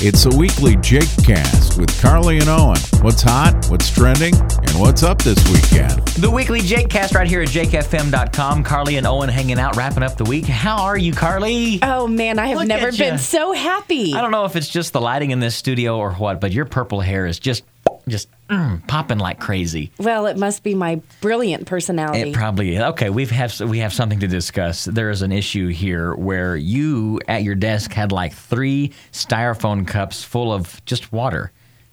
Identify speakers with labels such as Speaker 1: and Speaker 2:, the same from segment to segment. Speaker 1: It's a weekly Jake cast with Carly and Owen. What's hot, what's trending, and what's up this weekend?
Speaker 2: The weekly Jake cast right here at jakefm.com. Carly and Owen hanging out, wrapping up the week. How are you, Carly?
Speaker 3: Oh man, I have
Speaker 2: Look
Speaker 3: never
Speaker 2: at ya.
Speaker 3: been so happy.
Speaker 2: I don't know if it's just the lighting in this studio or what, but your purple hair is just just mm, popping like crazy.
Speaker 3: Well, it must be my brilliant
Speaker 2: It
Speaker 3: personality.
Speaker 2: probably is. Okay, we've have we have something to discuss. There is an issue here where you at your desk had like three styrofoam cups full of just water.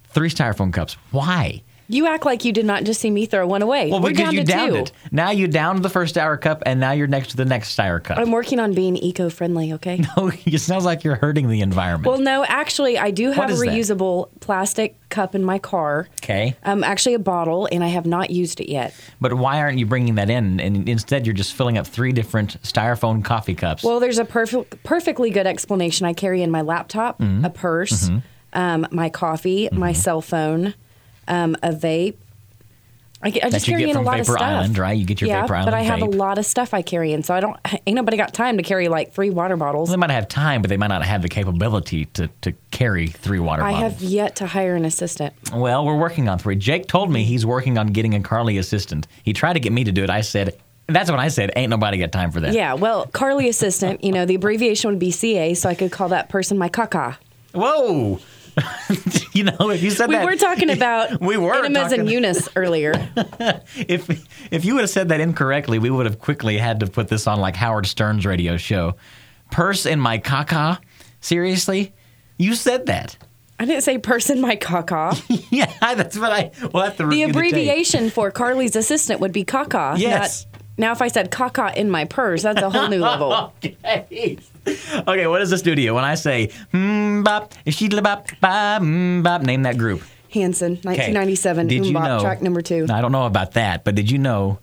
Speaker 2: Three styrofoam cups. Why?
Speaker 3: you act like you did not just see me throw one away.
Speaker 2: Well,
Speaker 3: We're
Speaker 2: because
Speaker 3: down
Speaker 2: you
Speaker 3: to
Speaker 2: downed
Speaker 3: two.
Speaker 2: it. Now you downed the first hour cup, and now you're next to the next styro cup.
Speaker 3: I'm working on being eco-friendly. Okay.
Speaker 2: Oh, it sounds like you're hurting the environment.
Speaker 3: Well, no, actually, I do have a
Speaker 2: is that?
Speaker 3: reusable plastic cup in my car.
Speaker 2: okay,
Speaker 3: Um, actually, a bottle, and I have not used it yet.
Speaker 2: but why aren't you bringing that in? And instead, you're just filling up three different styrofoam coffee cups.
Speaker 3: Well, there's a perfect, perfectly good explanation. I carry in my laptop,
Speaker 2: Mm-hmm.
Speaker 3: a purse, um, my coffee, my cell phone, um, a vape. I, get- I just
Speaker 2: you
Speaker 3: carry
Speaker 2: get
Speaker 3: in
Speaker 2: from
Speaker 3: a lot of
Speaker 2: Vapor
Speaker 3: stuff.
Speaker 2: Island, right? You get your
Speaker 3: yeah,
Speaker 2: Vapor
Speaker 3: but
Speaker 2: Island
Speaker 3: I have a
Speaker 2: vape.
Speaker 3: lot of stuff I carry in, so I don't. Ain't nobody got time to carry like three water bottles.
Speaker 2: they might have time, but they might not have the capability to, to carry three water
Speaker 3: I
Speaker 2: bottles.
Speaker 3: have yet to hire an assistant.
Speaker 2: Well, we're working on three. Jake told me he's working on getting a Carly assistant. He tried to get me to do it. I said, that's what I said. Ain't nobody got time for that.
Speaker 3: Yeah, well, Carly assistant. You know, the abbreviation would be CA, so I could call that person my caca.
Speaker 2: Whoa. you know, if you said
Speaker 3: We
Speaker 2: that,
Speaker 3: were talking about
Speaker 2: We were
Speaker 3: enemas
Speaker 2: talking-
Speaker 3: and Eunice earlier.
Speaker 2: if if you would have said that incorrectly, we would have quickly had to put this on like Howard Stern's radio show. Purse in my caca. Seriously, you said that.
Speaker 3: I didn't say person my caca.
Speaker 2: Yeah, that's what I. We'll have to
Speaker 3: The
Speaker 2: review tape.
Speaker 3: abbreviation for Carly's assistant would be Kaka.
Speaker 2: Yes.
Speaker 3: not- now, if I said Kaka in my purse, that's a whole new level.
Speaker 2: Okay. Okay, what is the studio? When I say mm bop, sheedla bop, ba mm bop, name that group.
Speaker 3: Hanson, 1997,
Speaker 2: Did you
Speaker 3: Umbop,
Speaker 2: know?
Speaker 3: mm, track number two.
Speaker 2: I don't know about that, but did you know?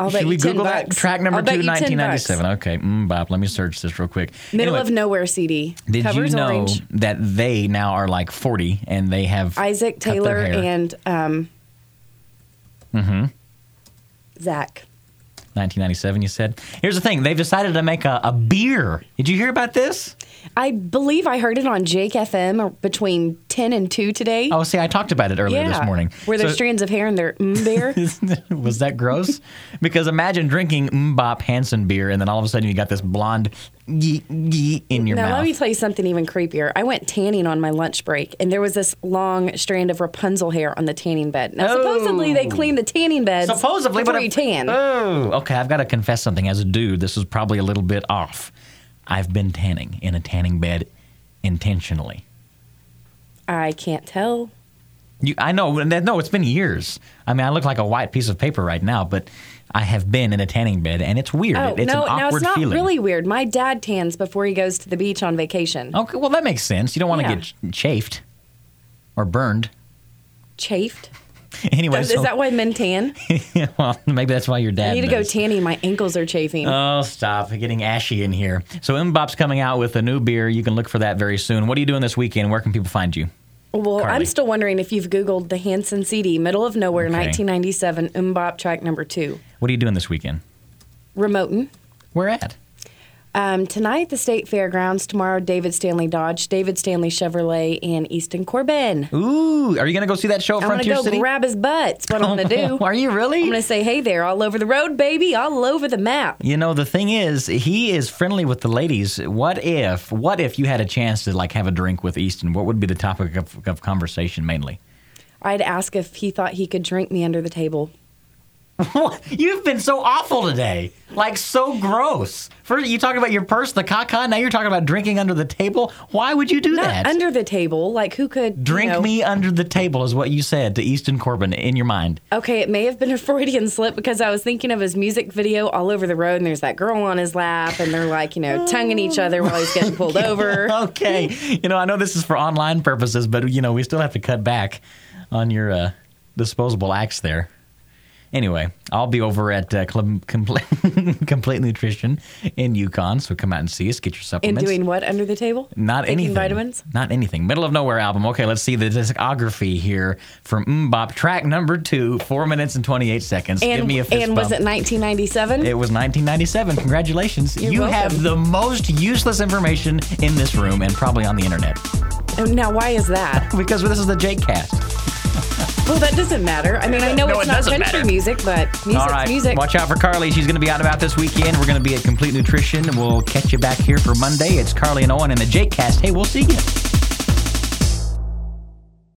Speaker 3: I'll bet
Speaker 2: Should we
Speaker 3: you 10
Speaker 2: Google that?
Speaker 3: bucks.
Speaker 2: Track number
Speaker 3: I'll bet
Speaker 2: two,
Speaker 3: you 10
Speaker 2: 1997. Okay, mm bop. Let me search this real quick.
Speaker 3: Middle
Speaker 2: Anyway.
Speaker 3: of Nowhere CD.
Speaker 2: Did
Speaker 3: Covers
Speaker 2: you know
Speaker 3: orange.
Speaker 2: that they now are like 40 and they have
Speaker 3: Isaac
Speaker 2: cut their
Speaker 3: Taylor
Speaker 2: hair? Mm-hmm.
Speaker 3: and um, Zach.
Speaker 2: 1997? You said. Here's the thing: they've decided to make a, a beer. Did you hear about this?
Speaker 3: I believe I heard it on Jake FM between 10 and 2 today.
Speaker 2: Oh, see, I talked about it earlier
Speaker 3: yeah.
Speaker 2: this morning.
Speaker 3: Were there
Speaker 2: So-
Speaker 3: strands of hair in their mm bear?
Speaker 2: was that gross? because imagine drinking Mbop Hansen beer and then all of a sudden you got this blonde yeet yeet in your
Speaker 3: now
Speaker 2: mouth.
Speaker 3: let me tell you something even creepier. I went tanning on my lunch break, and there was this long strand of Rapunzel hair on the tanning bed. Now supposedly they clean the tanning beds.
Speaker 2: Oh. Supposedly,
Speaker 3: before
Speaker 2: but
Speaker 3: you
Speaker 2: I'm-
Speaker 3: tan.
Speaker 2: Oh, okay. I've got to confess something. As a dude, this is probably a little bit off. I've been tanning in a tanning bed intentionally.
Speaker 3: I can't tell.
Speaker 2: You, I know. and that- No, it's been years. I mean, I look like a white piece of paper right now, but I have been in a tanning bed, and it's weird.
Speaker 3: Oh
Speaker 2: It- it's
Speaker 3: no,
Speaker 2: an awkward
Speaker 3: now it's not
Speaker 2: feeling.
Speaker 3: really weird. My dad tans before he goes to the beach on vacation.
Speaker 2: Okay, well that makes sense. You don't want to
Speaker 3: Yeah.
Speaker 2: get ch- chafed or burned.
Speaker 3: Chafed.
Speaker 2: Anyway,
Speaker 3: Is
Speaker 2: so,
Speaker 3: that why men tan?
Speaker 2: well, maybe that's why your dad.
Speaker 3: I need to go
Speaker 2: does.
Speaker 3: tanning. My ankles are chafing.
Speaker 2: Oh, stop getting ashy in here. So Mbop's coming out with a new beer. You can look for that very soon. What are you doing this weekend? Where can people find you?
Speaker 3: well,
Speaker 2: Carly.
Speaker 3: I'm still wondering if you've Googled the Hanson CD, Middle of Nowhere,
Speaker 2: Okay.
Speaker 3: 1997, Umbop track number two, hmm?
Speaker 2: What are you doing this weekend?
Speaker 3: Remotin'.
Speaker 2: Where at?
Speaker 3: Um, tonight, at the state fairgrounds. Tomorrow, David Stanley Dodge, David Stanley Chevrolet, and Easton Corbin.
Speaker 2: Ooh, are you gonna go see that show at
Speaker 3: I'm gonna
Speaker 2: Frontier
Speaker 3: go
Speaker 2: City?
Speaker 3: grab his butts. What I'm gonna do?
Speaker 2: are you really?
Speaker 3: I'm gonna say, "Hey there, all over the road, baby, all over the map."
Speaker 2: You know, the thing is, he is friendly with the ladies. What if, what if you had a chance to like have a drink with Easton? What would be the topic of, of conversation mainly?
Speaker 3: I'd ask if he thought he could drink me under the table.
Speaker 2: You've been so awful today, like so gross. First, you talked about your purse, the caca. Now you're talking about drinking under the table. Why would you do
Speaker 3: Not
Speaker 2: that?
Speaker 3: under the table, like who could you
Speaker 2: Drink
Speaker 3: know-
Speaker 2: me under the table is what you said to Easton Corbin in your mind.
Speaker 3: Okay, it may have been a Freudian slip because I was thinking of his music video, all over the road, and there's that girl on his lap, and they're like, you know, tonguing each other while he's getting pulled over.
Speaker 2: Okay, you know I know this is for online purposes, but you know we still have to cut back on your uh, disposable acts there. Anyway, I'll be over at uh, Clem- Comple- Complete Nutrition in Yukon, so come out and see us, get your
Speaker 3: And
Speaker 2: supplements.
Speaker 3: doing what under the table?
Speaker 2: Not
Speaker 3: Taking
Speaker 2: anything.
Speaker 3: Vitamins.
Speaker 2: Not anything. Middle of Nowhere album. Okay, let's see the discography here from Mbop. Track number two, four minutes and 28 seconds.
Speaker 3: And,
Speaker 2: Give me a fist
Speaker 3: and was
Speaker 2: bump.
Speaker 3: it 1997?
Speaker 2: It was 1997. Congratulations. you
Speaker 3: welcome.
Speaker 2: have the most useless information in this room and probably on the internet.
Speaker 3: Now, why is that?
Speaker 2: because this is the Jake Cast.
Speaker 3: Well, that doesn't matter. I mean, I know
Speaker 2: No,
Speaker 3: it's
Speaker 2: it
Speaker 3: not
Speaker 2: doesn't
Speaker 3: country
Speaker 2: matter.
Speaker 3: music, but music's
Speaker 2: All right,
Speaker 3: music.
Speaker 2: watch out for Carly. She's going to be out about this weekend. We're going to be at Complete Nutrition. We'll catch you back here for Monday. It's Carly and Owen and the Jake Cast. Hey, we'll see you.